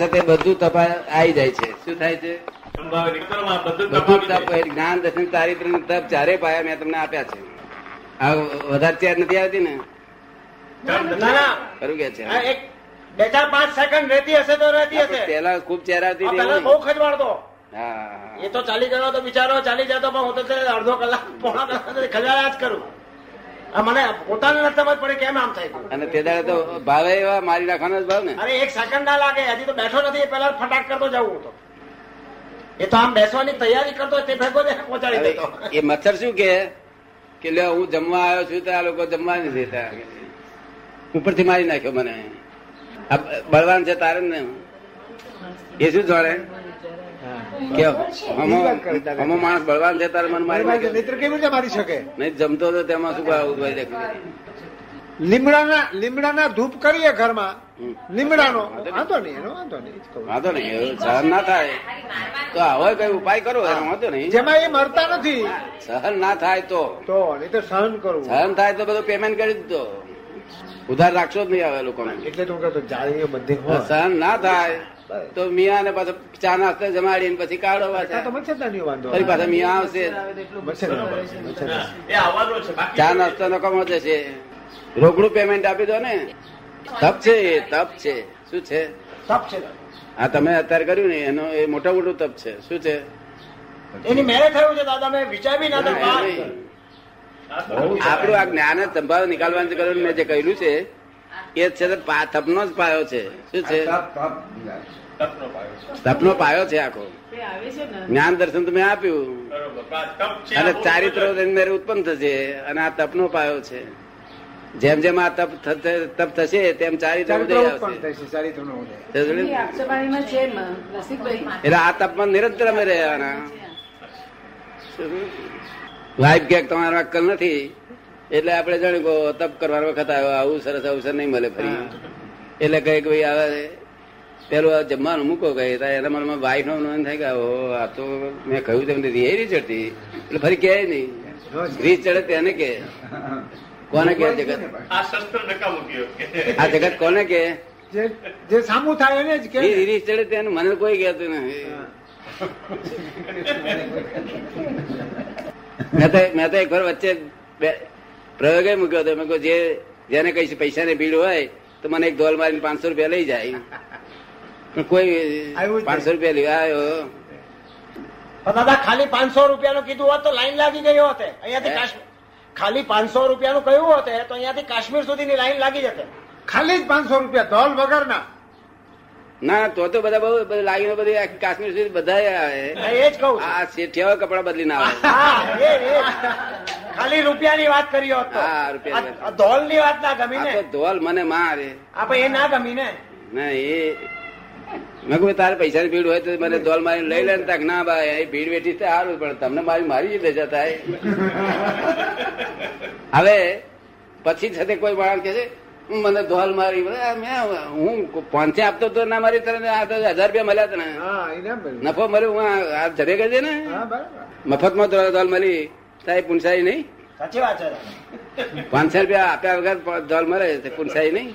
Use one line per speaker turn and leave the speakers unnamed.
વખતે બધું તપા આવી જાય છે શું થાય છે
સંભાવે નિકરમાં બધું
બધું
તપાવી
તપ
જાય.
જ્ઞાન દર્શન ચારિત્ર તપ ચારે પાયા મેં તમને આપ્યા છે આ વધારે ચેર નથી આવતી ને
ના ના
ખરું કે છે
આ એક બે ચાર પાંચ સેકન્ડ રહેતી હશે તો રહેતી હશે
પેલા ખૂબ ચેર આવતી
આ
હતી
પહેલા
એવું
બહુ
નહીં?
ખજવાડતો
હા
એ તો ચાલી ગયો તો બિચારો ચાલી જતો પણ હું તો અત્યારે અડધો કલાક પોણા કલાક સુધી ખજાયા જ કરું આ મને પોતાને નથી સમજ પડે કેમ આમ થાય છે.
અને તે દાડે તો ભાવે એવા મારી નાખવાનો જ ભાવ ને
અરે એક સેકન્ડ ના લાગે હજી તો બેઠો નથી એ પહેલા ફટાક કરતો જવું હું તો એ તો આમ બેસવાની તૈયારી કરતો તે ભેગો જ પહોંચાડી દેતો
હવે એ મચ્છર શું કે કે લે હું જમવા આવ્યો છું તો આ લોકો જમવા નથી દેતા ઉપરથી મારી નાખ્યો મને આ બળવાન છે તારે ને એ શું જાણે કે હમો હમો માણસ બળવાન છે તારે મને મારી
મારી
નાખ્યો
મિત્ર કેવી રીતે મારી શકે
નહીં જમતો હતો તેમાં શું આવું ભાઈ દેખાય?
લીમડાના લીમડાના ધૂપ કરીએ ઘરમાં
હમ.
લીમડાનો વાંધો નહીં એનો વાંધો નહીં એ જ કહું.
વાંધો નહીં એવું સહન ના થાય તો આવો કઈ ઉપાય કરો એનો વાંધો નહીં
જેમાં એ મરતા નથી
સહન ના થાય તો
તો નહીં તો સહન કરવું
સહન થાય તો બધું પેમેન્ટ કરી દીધો ઉધાર રાખશો જ નહીં આવે લોકોને
એટલે તો હું કહેતો જાળીઓ બધી હોય
સહન ના થાય તો મિયા ને પાછો ચા નાસ્તો જમાડીને પછી કાઢો
ત્યાં તો
પાછા.
મચ્છરદાનીઓ વાંધો
ફરી પાછા મિયા આવશે
મચ્છરદાની, મચ્છરદાની.
હા, એ આવવાનું છે બાકી
ચા નાસ્તો નકામો જશે રોકડું પેમેન્ટ આપી દો ને તપ છે એ તપ છે શું છે
તપ છે
આ તમે અત્યારે કર્યું ને એનો એ મોટા મોટું તપ છે શું છે
એની મેરે થયું છે દાદા મેં વિચાર બી ના
ના,
થાય
એ નહીં. આપણું આ જ્ઞાન જ સંભાવ નિકાલવાનું જે કર્યું મેં જે કહ્યું છે એ છે તે પા- તપનો જ પાયો છે શું છે
તપનો પાયો છે.
તપનો પાયો છે આખો
તે આવે છે ને
જ્ઞાન દર્શન તમે આપ્યું
બરોબર. તપ છે
અને
આ બહુ
ચારિત્ર
બધું.
અંદર ઉત્પન્ન થશે અને આ તપનો પાયો છે જેમ જેમ આ તપ થશે- તપ થશે તેમ ચારિત્ર ઉદય
ચારિત્ર ઉત્પન્ન
આવશે
થશે ચારિત્રનો ઉદય
એ આપસવાણીમાં છે મ- નસીબભાઈ
એટલે આ તપમાં નિરંતર અમે રહેવાના લાઈફ ક્યાંક તમારો અક્કલ નથી એટલે આપણે જાણ્યું કે ઓ, તપ કરવાનો વખત આવ્યો આવું સરસ અવસર નહીં મળે ફરી એટલે કઈ ભાઈ આવે પેલું આ જમવાનું મૂકો કઈ તારે એના મનમાં વાઈફ નો નોંધ થાય કે ઓહો આ તો મેં કહ્યું તેમને રી રીત ચડતી એટલે ફરી કહે નહીં રીત ચડે તેને કે કોને કે જગત
આ શસ્ત્ર નકામું ગયું.
આ જગત કોને કે
જે જે સામું થાય એને જ કે
રી- રીત ચડે તેને મને કોઈ કહેતું નહીં મેં તો મેં તો એક વાર વચ્ચે બે પ્રયોગે મૂક્યો હતો મેં કહ્યું જે જેને કહીશ પૈસાની ભીડ હોય તો મને એક ધોલ મારીને પાંચસો રૂપિયા લઈ જાય પણ કોઈ
આવ્યું જ
પાંચસો રૂપિયા લેવા આવ્યો
પણ દાદા ખાલી પાંચસો રૂપિયાનું કીધું હોત તો લાઈન લાગી ગઈ હોત અહીંયાથી
હે?
કાશ્મીર ખાલી પાંચસો રૂપિયાનું કહ્યું હોત તો અહીંયાથી કાશ્મીર સુધીની લાઈન લાગી જતે
ખાલી જ પાંચસો રૂપિયા ધોલ વગરના
ના તો તો બધા બહુ બધું લાગીને બધી આખી કાશ્મીર સુધી બધા આવે
મેં એ જ કહું છું
આ શેઠિયાઓ કપડા બદલીને આવે
હા એ એ ખાલી રૂપિયાની વાત કરી હોત તો
હા, રૂપિયાની વાત.
આ ધોલની વાત ના ગમી
આ
ને
તો ધોલ મને મારે
આપણે એ ના ગમી ને
ના એ મેં કહ્યું તારે પૈસાની ભીડ હોય તો મને ધોલ મારીને લઈ લે ને તાક ના ભાઈ અહીં ભીડ વેઠી છે સારું પણ તમને મારી મારી જ લેજા થાય હવે પછી છતે કોઈ માણસ કે છે મને ધોલ મારી બોલે, આ મેં હું પાંચે આપતો તો ના મારી તને આ તો હજાર રૂપિયા મળ્યા તને
હા એને બધું
નફો મળ્યો હું આ- આ જરે કરજે ને
હા બરાબર
મફતમાં ધોલ ધોલ મળી તારી પૂનસાઈ નહીં
સાચી વાત છે દાદા.
પાંચસો રૂપિયા આપ્યા વગર ધોલ મળે તે પૂનસાઈ નહીં